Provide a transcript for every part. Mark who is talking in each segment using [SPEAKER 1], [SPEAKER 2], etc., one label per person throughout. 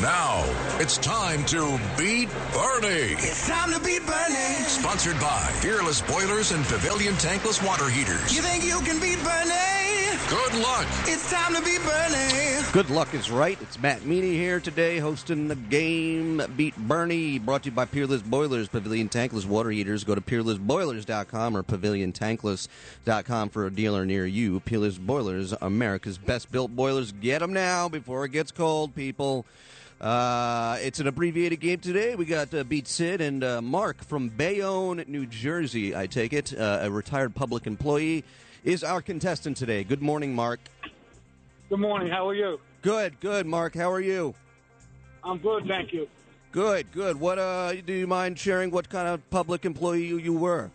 [SPEAKER 1] Now it's time to beat Bernie.
[SPEAKER 2] It's time to beat Bernie.
[SPEAKER 1] Sponsored by Fearless Boilers and Pavilion Tankless Water Heaters.
[SPEAKER 2] You think you can beat Bernie?
[SPEAKER 1] Good luck.
[SPEAKER 2] It's time to beat Bernie.
[SPEAKER 3] Good luck is right. It's Matt Meany here today hosting the game Beat Bernie, brought to you by Peerless Boilers, Pavilion Tankless Water Heaters. Go to peerlessboilers.com or paviliontankless.com for a dealer near you. Peerless Boilers, America's best built boilers. Get them now before it gets cold, people. Uh, it's an abbreviated game today. We got uh, Beat Sid and uh, Mark from Bayonne, New Jersey, I take it. Uh, a retired public employee is our contestant today. Good morning, Mark.
[SPEAKER 4] Good morning. How are you?
[SPEAKER 3] Good, good, Mark. How are you?
[SPEAKER 4] I'm good, thank you.
[SPEAKER 3] Good, good. What uh, do you mind sharing? What kind of public employee you, you were?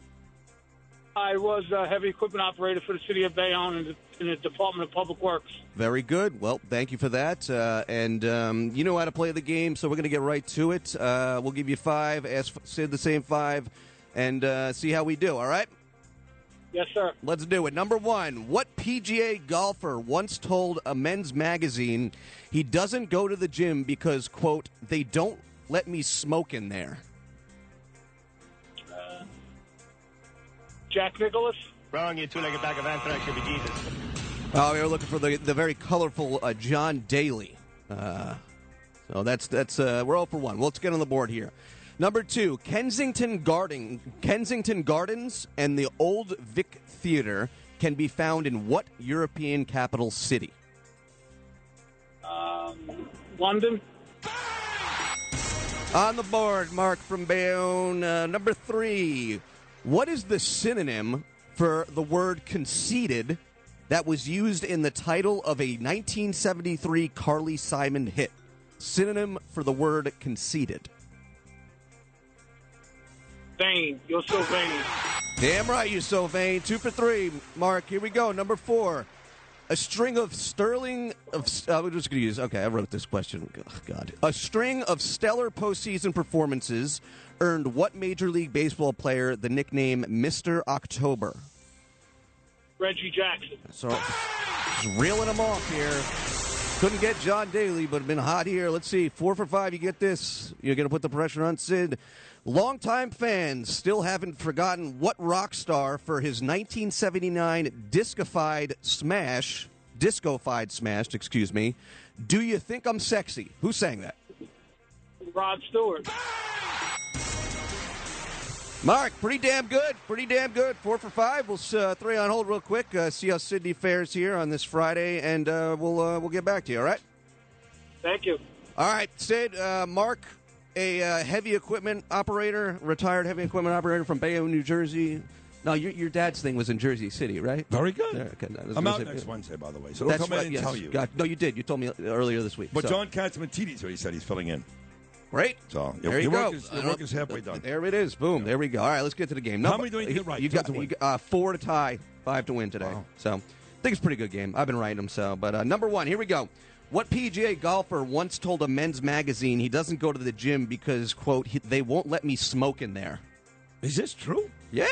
[SPEAKER 4] I was a heavy equipment operator for the city of Bayonne in the, in the Department of Public Works.
[SPEAKER 3] Very good. Well, thank you for that. Uh, and um, you know how to play the game, so we're going to get right to it. Uh, we'll give you five. Ask Sid the same five, and uh, see how we do. All right.
[SPEAKER 4] Yes, sir.
[SPEAKER 3] Let's do it. Number one, what PGA golfer once told a men's magazine he doesn't go to the gym because, quote, they don't let me smoke in there?
[SPEAKER 4] Jack Nicholas.
[SPEAKER 5] Wrong, you two-legged bag of anthrax, you'll be Jesus.
[SPEAKER 3] Oh, we were looking for the, the very colorful uh, John Daly. Uh, so that's that's uh, we're all for one. Well, let's get on the board here. Number two, Kensington Garden, Kensington Gardens, and the Old Vic Theater can be found in what European capital city?
[SPEAKER 4] Um, London.
[SPEAKER 3] On the board, Mark from Bayonne. Uh, number three. What is the synonym for the word conceited that was used in the title of a 1973 Carly Simon hit? Synonym for the word conceited.
[SPEAKER 4] Vane. You're so vain.
[SPEAKER 3] Damn right, you so vain. Two for three, Mark. Here we go. Number four. A string of sterling of uh, we're just gonna use. Okay, I wrote this question. Oh, God, a string of stellar postseason performances earned what Major League Baseball player the nickname Mister October?
[SPEAKER 4] Reggie Jackson.
[SPEAKER 3] So just reeling them off here. Couldn't get John Daly, but been hot here. Let's see. Four for five, you get this. You're going to put the pressure on Sid. Longtime fans still haven't forgotten what rock star for his 1979 discified smash, discofied smashed, excuse me, Do You Think I'm Sexy? Who sang that?
[SPEAKER 4] Rod Stewart.
[SPEAKER 3] Mark, pretty damn good. Pretty damn good. Four for five. We'll uh, three on hold real quick. Uh, see how Sydney fares here on this Friday, and uh, we'll uh, we'll get back to you. All right.
[SPEAKER 4] Thank you.
[SPEAKER 3] All right, Sid. Uh, Mark, a uh, heavy equipment operator, retired heavy equipment operator from Bayonne, New Jersey. No, your, your dad's thing was in Jersey City, right?
[SPEAKER 6] Very good.
[SPEAKER 3] There, okay, I was
[SPEAKER 6] I'm
[SPEAKER 3] gonna
[SPEAKER 6] out
[SPEAKER 3] say-
[SPEAKER 6] next Wednesday, by the way, so don't
[SPEAKER 3] That's
[SPEAKER 6] come in
[SPEAKER 3] right.
[SPEAKER 6] and
[SPEAKER 3] yes.
[SPEAKER 6] tell you.
[SPEAKER 3] Got- no, you did. You told me earlier this week.
[SPEAKER 6] But
[SPEAKER 3] so-
[SPEAKER 6] John Katzmatidis already said he's filling in.
[SPEAKER 3] great.
[SPEAKER 6] So, your-
[SPEAKER 3] there you
[SPEAKER 6] your
[SPEAKER 3] go.
[SPEAKER 6] work is- your
[SPEAKER 3] I don't-
[SPEAKER 6] work is halfway done.
[SPEAKER 3] There it is. Boom. There we go. All right, let's get to the game.
[SPEAKER 6] How
[SPEAKER 3] Number-
[SPEAKER 6] many do I need to get right?
[SPEAKER 3] You
[SPEAKER 6] Two
[SPEAKER 3] got
[SPEAKER 6] to win.
[SPEAKER 3] you got, uh, four to tie, five to win today. So, I think it's a pretty good game. I've been writing them. So, but uh, number one, here we go. What PGA golfer once told a men's magazine he doesn't go to the gym because quote he, they won't let me smoke in there.
[SPEAKER 6] Is this true?
[SPEAKER 3] Yeah.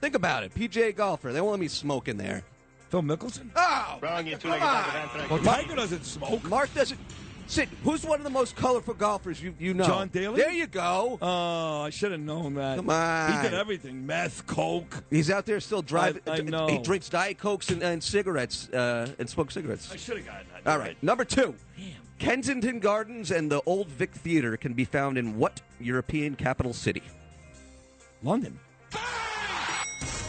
[SPEAKER 3] Think about it. PGA golfer, they won't let me smoke in there.
[SPEAKER 6] Phil Mickelson?
[SPEAKER 3] Oh,
[SPEAKER 5] Wrong, you
[SPEAKER 3] come
[SPEAKER 5] two-legged bag of
[SPEAKER 3] on.
[SPEAKER 5] anthrax.
[SPEAKER 6] Well, Tiger doesn't smoke.
[SPEAKER 3] Mark doesn't. Sit. Who's one of the most colorful golfers you, you know?
[SPEAKER 6] John Daly?
[SPEAKER 3] There you go.
[SPEAKER 6] Oh, I should have known that.
[SPEAKER 3] Come on.
[SPEAKER 6] He did everything. Meth, coke.
[SPEAKER 3] He's out there still driving.
[SPEAKER 6] I know.
[SPEAKER 3] He drinks Diet Cokes and, and cigarettes uh, and smokes cigarettes.
[SPEAKER 6] I should have gotten that.
[SPEAKER 3] All right. Number two. Kensington Gardens and the Old Vic Theater can be found in what European capital city?
[SPEAKER 6] London.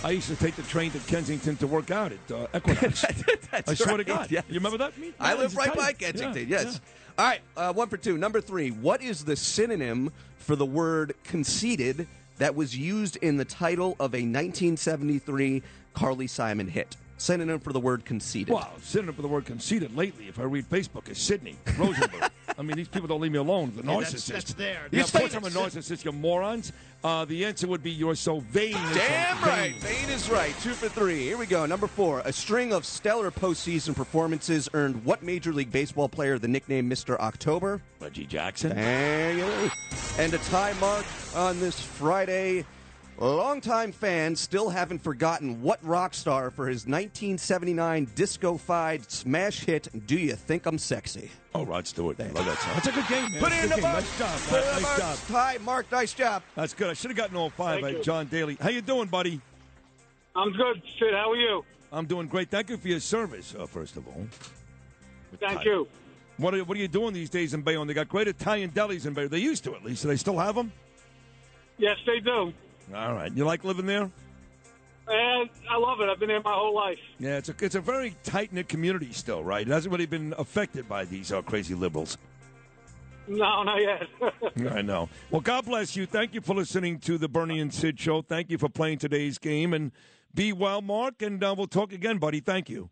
[SPEAKER 6] I used to take the train to Kensington to work out at uh, Equinox.
[SPEAKER 3] That's
[SPEAKER 6] I swear to
[SPEAKER 3] right,
[SPEAKER 6] God.
[SPEAKER 3] yes.
[SPEAKER 6] You remember that? Me?
[SPEAKER 3] I
[SPEAKER 6] Yeah,
[SPEAKER 3] live
[SPEAKER 6] it's
[SPEAKER 3] right by
[SPEAKER 6] Italian.
[SPEAKER 3] Kensington,
[SPEAKER 6] Yeah,
[SPEAKER 3] yes. All right, uh, one for two. Number three. What is the synonym for the word conceited that was used in the title of a 1973 Carly Simon hit? Synonym for the word conceited.
[SPEAKER 6] Wow, sitting up for the word conceited lately, if I read Facebook, is Sydney Rosenberg. I mean, these people don't leave me alone. The
[SPEAKER 5] Yeah,
[SPEAKER 6] narcissist.
[SPEAKER 5] that's- that's there.
[SPEAKER 6] Yeah,
[SPEAKER 5] Now,
[SPEAKER 6] of course
[SPEAKER 5] Sydney-
[SPEAKER 6] I'm a narcissist, you morons. Uh, the answer would be you're so vain. and so
[SPEAKER 7] Damn right.
[SPEAKER 6] vain.
[SPEAKER 7] Bane is right.
[SPEAKER 3] Two for three. Here we go. Number four. A string of stellar postseason performances earned what Major League Baseball player the nickname Mr. October?
[SPEAKER 6] Reggie Jackson.
[SPEAKER 3] Hang it. And a tie mark on this Friday. Longtime fans still haven't forgotten what rock star for his 1979 disco-fied smash hit "Do You Think I'm Sexy."
[SPEAKER 6] Oh, Rod Stewart. I love that song. That's a good game, man.
[SPEAKER 3] Put
[SPEAKER 6] That's
[SPEAKER 3] it
[SPEAKER 6] a
[SPEAKER 3] in
[SPEAKER 6] good
[SPEAKER 3] the
[SPEAKER 6] game.
[SPEAKER 3] box.
[SPEAKER 6] Nice job.
[SPEAKER 3] Put it in
[SPEAKER 6] Nice
[SPEAKER 3] the box.
[SPEAKER 6] job.
[SPEAKER 3] Tie mark. Nice job.
[SPEAKER 6] That's good. I should have gotten all five.
[SPEAKER 4] Thank
[SPEAKER 6] uh,
[SPEAKER 4] you.
[SPEAKER 6] John Daly. How you doing, buddy?
[SPEAKER 4] I'm good, Sid. How are you?
[SPEAKER 6] I'm doing great. Thank you for your service, uh, first of all.
[SPEAKER 4] Thank you.
[SPEAKER 6] What are, what are you doing these days in Bayonne? They got great Italian delis in Bayonne. They used to, at least. Do they still have them?
[SPEAKER 4] Yes, they do.
[SPEAKER 6] All right. You like living there?
[SPEAKER 4] And I love it. I've been there my whole life.
[SPEAKER 6] Yeah, it's a, it's a very tight knit community still, right? It hasn't really been affected by these uh, crazy liberals.
[SPEAKER 4] No, not yet.
[SPEAKER 6] I know. Well, God bless you. Thank you for listening to the Bernie and Sid show. Thank you for playing today's game. And be well, Mark, and uh, we'll talk again, buddy. Thank you.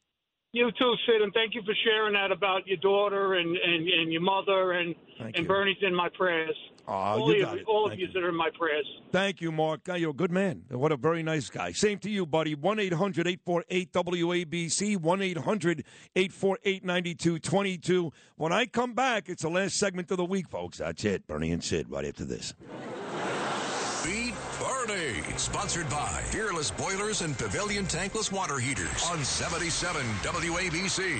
[SPEAKER 4] you too, Sid, and thank you for sharing that about your daughter and, and, and your mother and
[SPEAKER 6] Thank
[SPEAKER 4] and
[SPEAKER 6] you.
[SPEAKER 4] Bernie's in my prayers.
[SPEAKER 6] Aw,
[SPEAKER 4] all
[SPEAKER 6] you
[SPEAKER 4] of,
[SPEAKER 6] got it.
[SPEAKER 4] all of
[SPEAKER 6] Thank
[SPEAKER 4] you
[SPEAKER 6] you.
[SPEAKER 4] that are in my prayers.
[SPEAKER 6] Thank you, Mark. Uh, You're a good man. What a very nice guy. Same to you, buddy. 1 800 848 WABC, 1 800 848 9222. When I come back, it's the last segment of the week, folks. That's it. Bernie and Sid right after this.
[SPEAKER 1] Beat Bernie. Sponsored by Fearless Boilers and Pavilion Tankless Water Heaters on 77 WABC.